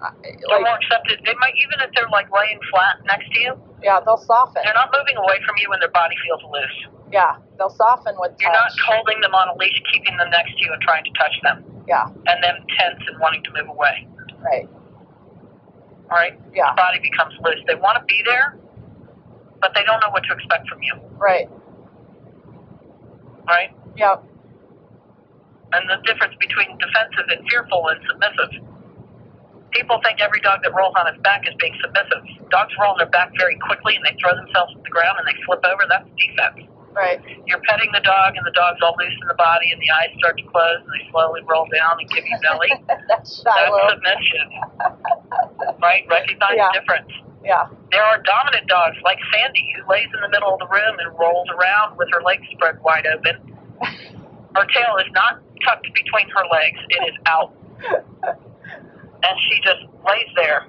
S2: I-
S3: They're more
S2: like
S3: accepted. They might, even if they're like laying flat next to you,
S2: yeah they'll soften
S3: they're not moving away from you when their body feels loose.
S2: yeah they'll soften with
S3: You're not
S2: touch
S3: holding them on a leash, keeping them next to you and trying to touch them,
S2: yeah
S3: and them tense and wanting to move away.
S2: right
S3: right?
S2: Yeah.
S3: The body becomes loose. They want to be there, but they don't know what to expect from you,
S2: Right.
S3: right?
S2: Yeah.
S3: And the difference between defensive and fearful and submissive. People think every dog that rolls on its back is being submissive. Dogs roll on their back very quickly and they throw themselves to the ground and they flip over. That's defense.
S2: Right.
S3: You're petting the dog and the dog's all loose in the body and the eyes start to close and they slowly roll down and give you belly.
S2: That's
S3: That's
S2: Shiloh.
S3: submission. right? Recognize
S2: Yeah.
S3: the difference.
S2: Yeah.
S3: There are dominant dogs like Sandy, who lays in the middle of the room and rolls around with her legs spread wide open. Her tail is not tucked between her legs, it is out. And she just lays there.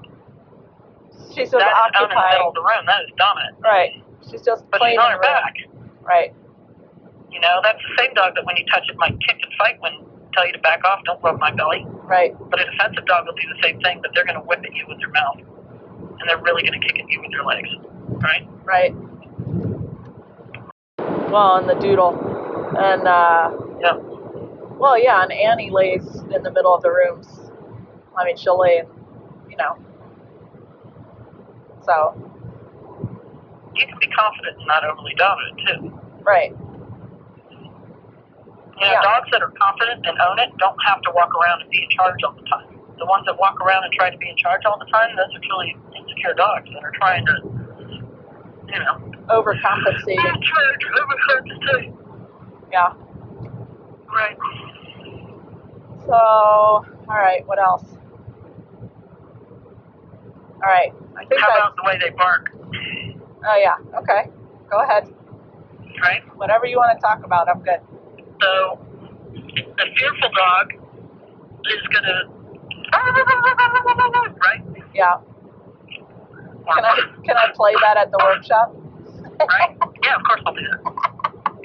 S2: She's just
S3: That is out in the
S2: occupied.
S3: middle of the room. That is dominant.
S2: Right. She's just
S3: But
S2: playing
S3: she's on
S2: in
S3: her
S2: the room.
S3: back.
S2: Right.
S3: You know, that's the same dog that when you touch it might kick and fight when tell you to back off, don't rub my belly.
S2: Right.
S3: But a defensive dog will do the same thing, but they're gonna whip at you with their mouth. And they're really gonna kick at you with their legs. Right?
S2: Right. Well, and the doodle, and uh,
S3: Yeah.
S2: well, yeah, and Annie lays in the middle of the rooms. I mean, she'll lay, in, you know. So
S3: You can be confident and not overly dominant too.
S2: right.
S3: You know,
S2: Yeah.
S3: dogs that are confident and own it don't have to walk around and be in charge all the time. The ones that walk around and try to be in charge all the time, those are truly insecure dogs that are trying to, you know, I'm
S2: Overcompensating.
S3: in charge, overcharge the thing.
S2: Yeah.
S3: Right.
S2: So, all right. What else? All right. I think
S3: How
S2: that's.
S3: about the way they bark,
S2: Oh yeah. Okay. Go ahead.
S3: right?
S2: Whatever you want to talk about, I'm good.
S3: So a fearful dog is going to, right?
S2: Yeah.
S3: Or-
S2: Can I can I play that at the workshop?
S3: right? Yeah, of course I'll do that.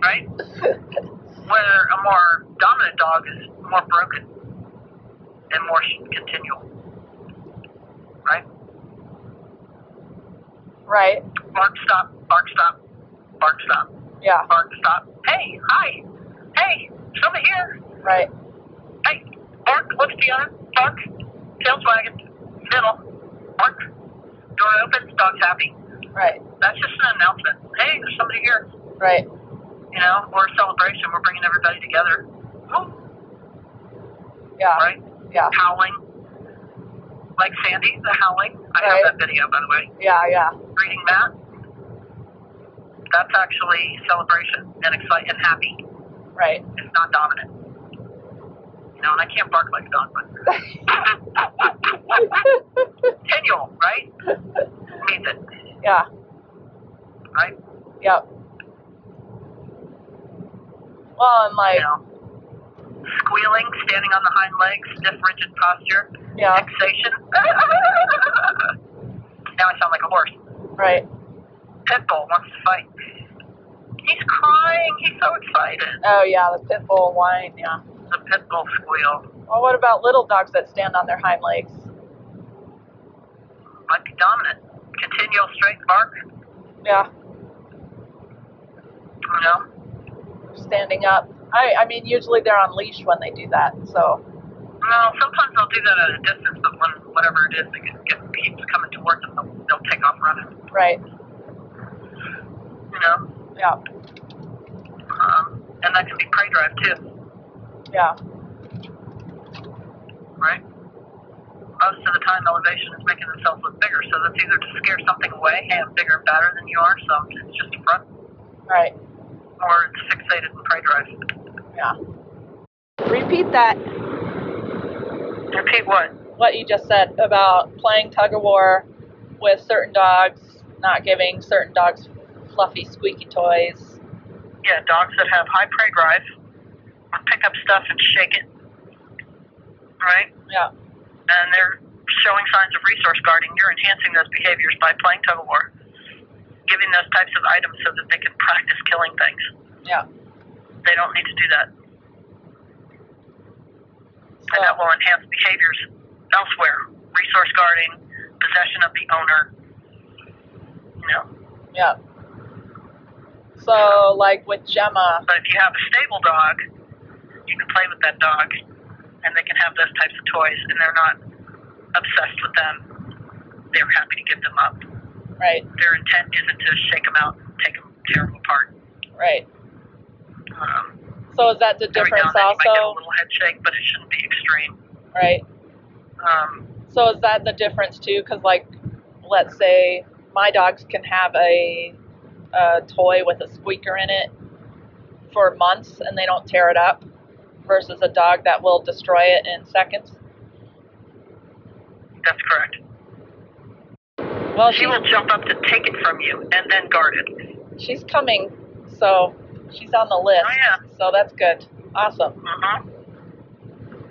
S3: Right? Where a more dominant dog is more broken and more sh- continual. Right?
S2: Right.
S3: Bark, stop, bark, stop, bark, stop,
S2: Yeah.
S3: bark, stop. Hey, hi, hey, somebody here.
S2: Right.
S3: Hey, bark, what's the other? Bark, tails wagging, middle, bark, door opens, dog's happy.
S2: Right.
S3: That's just an announcement. Hey, there's somebody here.
S2: Right.
S3: You know, we're a celebration. We're bringing everybody together. Oh,
S2: Yeah.
S3: right?
S2: Yeah.
S3: Howling. Like Sandy, the howling. I
S2: Right.
S3: have that video, by the way.
S2: Yeah. Yeah.
S3: Reading that, that's actually celebration and excite and happy.
S2: Right.
S3: It's not dominant. You know, and I can't bark like a dog, but. Continual, right? Means it,
S2: Yeah.
S3: right?
S2: Yep. Well, and like
S3: You know, squealing, standing on the hind legs, stiff, rigid posture,
S2: yeah.
S3: fixation. now I sound like a horse.
S2: Right.
S3: Pitbull wants to fight. He's crying. He's so excited.
S2: Oh yeah. The pit bull whine. Yeah.
S3: The pitbull squeal
S2: Well, what about little dogs that stand on their hind legs?
S3: might be dominant. Continual straight bark,
S2: Yeah.
S3: you know.
S2: Standing up. I I mean, usually they're on leash when they do that. So
S3: Well, sometimes they'll do that at a distance, but when whatever it is that gets- gets keeps coming towards them, they'll, they'll take off running,
S2: right.
S3: you know.
S2: Yeah.
S3: Um, and that can be prey drive too,
S2: Yeah.
S3: right? Most of the time, elevation is making themselves look bigger, so that's either to scare something away, hey, I'm bigger and badder than you are, so it's just a front,
S2: Right.
S3: or it's fixated in prey drive.
S2: Yeah. Repeat that.
S3: Repeat what?
S2: What you just said about playing tug of war with certain dogs, not giving certain dogs fluffy, squeaky toys.
S3: Yeah, dogs that have high prey drive will pick up stuff and shake it, right?
S2: Yeah.
S3: And they're showing signs of resource guarding. You're enhancing those behaviors by playing tug of war, giving those types of items so that they can practice killing things.
S2: Yeah.
S3: They don't need to do that, and that
S2: So,
S3: will enhance behaviors elsewhere. Resource guarding, possession of the owner. You know,
S2: yeah. So like with Gemma.
S3: but if you have a stable dog, you can play with that dog, and they can have those types of toys, and they're not obsessed with them. they're happy to give them up.
S2: Right.
S3: Their intent isn't to shake them out, take them, tear them apart.
S2: Right.
S3: Um,
S2: So is that the
S3: every now
S2: difference
S3: and then you might get a
S2: also?
S3: little head shake, but it shouldn't be extreme.
S2: Right.
S3: Um,
S2: So is that the difference too? Because like, let's say my dogs can have a, a toy with a squeaker in it for months and they don't tear it up, versus a dog that will destroy it in seconds.
S3: that's correct.
S2: Well,
S3: She
S2: she
S3: will jump up to take it from you and then guard it.
S2: she's coming, so she's on the list.
S3: Oh, yeah.
S2: So that's good. Awesome.
S3: Uh-huh.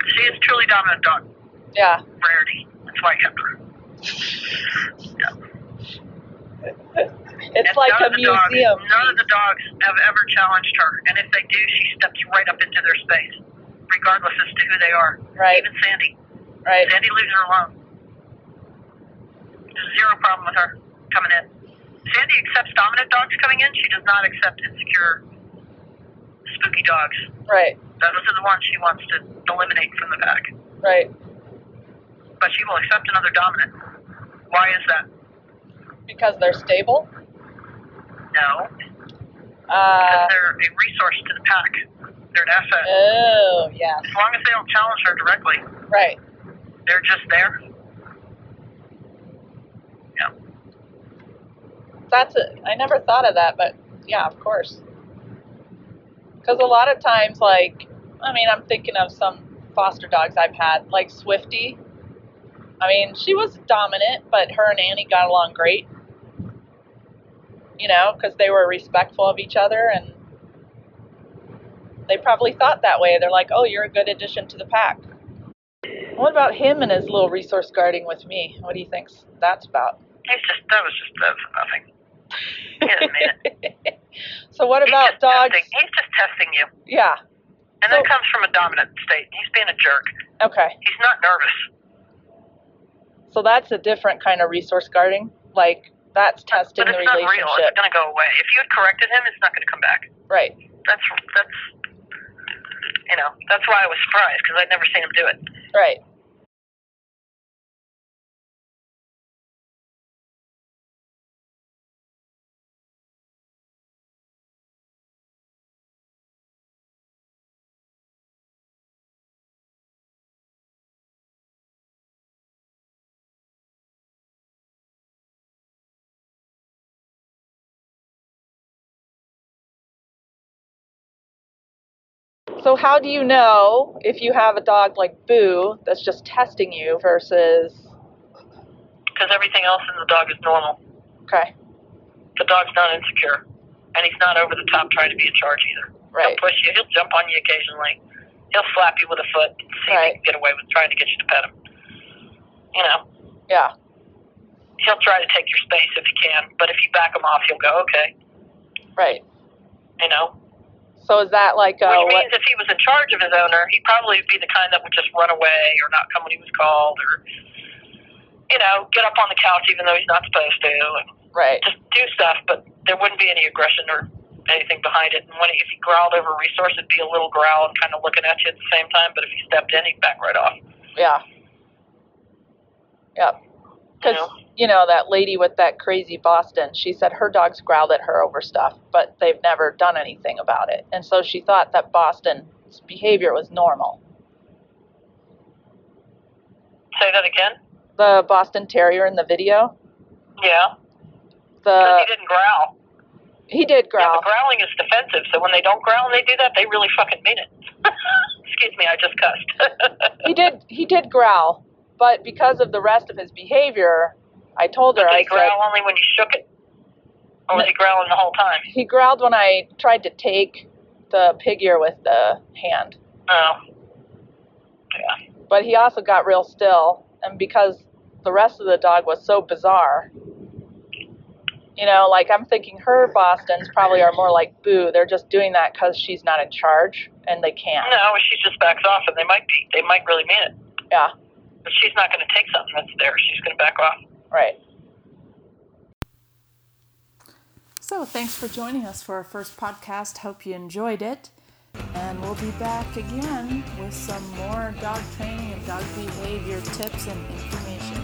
S3: She is truly dominant dog,
S2: Yeah.
S3: rarity. That's why I kept her.
S2: It's
S3: And
S2: like
S3: none
S2: a
S3: of the dogs-
S2: museum.
S3: none of the dogs have ever challenged her, and if they do, she steps right up into their space, regardless as to who they are.
S2: Right.
S3: Even Sandy.
S2: Right.
S3: Sandy leaves her alone. There's zero problem with her coming in. Sandy accepts dominant dogs coming in. She does not accept insecure, spooky dogs.
S2: Right.
S3: Those are the ones she wants to eliminate from the pack.
S2: Right.
S3: But she will accept another dominant. Why is that?
S2: Because they're stable.
S3: No. Because
S2: Uh,
S3: they're a resource to the pack. They're an asset.
S2: oh yes.
S3: As long as they don't challenge her directly,
S2: Right.
S3: they're just there. Yeah.
S2: That's it. I never thought of that, but yeah, of course. Because a lot of times, like, I mean, I'm thinking of some foster dogs I've had, like Swifty. I mean, she was dominant, but her and Annie got along great. You know, because they were respectful of each other and they probably thought that way. They're like, oh, you're a good addition to the pack. What about him and his little resource guarding with me? What do you think that's about?
S3: It's just that was just that was nothing. Yeah, man.
S2: so what
S3: He's
S2: about
S3: just
S2: dogs?
S3: Testing. He's just testing you,
S2: Yeah.
S3: and
S2: So-
S3: that comes from a dominant state. He's being a jerk.
S2: Okay.
S3: He's not nervous.
S2: So that's a different kind of resource guarding. Like that's testing
S3: But
S2: the
S3: it's not
S2: relationship.
S3: real. It's going to go away. If you had corrected him, it's not going to come back.
S2: Right.
S3: That's that's you know that's why I was surprised because I'd never seen him do it.
S2: Right. So how do you know if you have a dog like Boo that's just testing you versus
S3: Because everything else in the dog is normal.
S2: okay,
S3: The dog's not insecure, and he's not over the top trying to be in charge either.
S2: right,
S3: He'll push you. He'll jump on you occasionally. He'll slap you with a foot. and See if
S2: Right.
S3: he can get away with trying to get you to pet him. You know,
S2: yeah,
S3: he'll try to take your space if he can, but if you back him off, he'll go okay.
S2: right.
S3: You know,
S2: So is that like a what?
S3: which means if he was in charge of his owner, he'd probably be the kind that would just run away or not come when he was called, or you know, get up on the couch even though he's not supposed to, and
S2: Right,
S3: just do stuff. But there wouldn't be any aggression or anything behind it. And when he, if he growled over a resource, it'd be a little growl and kind of looking at you at the same time. But if he stepped in, he'd back right off.
S2: yeah, yep. Because
S3: No.
S2: you know that lady with that crazy Boston, she said her dogs growled at her over stuff, but they've never done anything about it, and so she thought that Boston's behavior was normal.
S3: Say that again.
S2: The Boston Terrier in the video,
S3: Yeah,
S2: the
S3: because he didn't growl.
S2: he did
S3: Oh, Yeah,
S2: Uh, growl.
S3: but growling is defensive. So when they don't growl and they do that, they really fucking mean it. Excuse me, I just cussed.
S2: he did he did growl, but because of the rest of his behavior, I told her
S3: Did
S2: I
S3: he growl
S2: said
S3: only when you shook it? Or was he growling the whole time?
S2: he growled when I tried to take the pig ear with the hand.
S3: Oh. Yeah.
S2: But he also got real still and because the rest of the dog was so bizarre. You know, like I'm thinking her Bostons probably are more like Boo. They're just doing that cuz she's not in charge and they can't.
S3: No, she just backs off and they might be. They might really mean it.
S2: Yeah,
S3: But she's not going to take something that's there. She's going to back off.
S2: right.
S1: So, thanks for joining us for our first podcast. Hope you enjoyed it. And we'll be back again with some more dog training and dog behavior tips and information.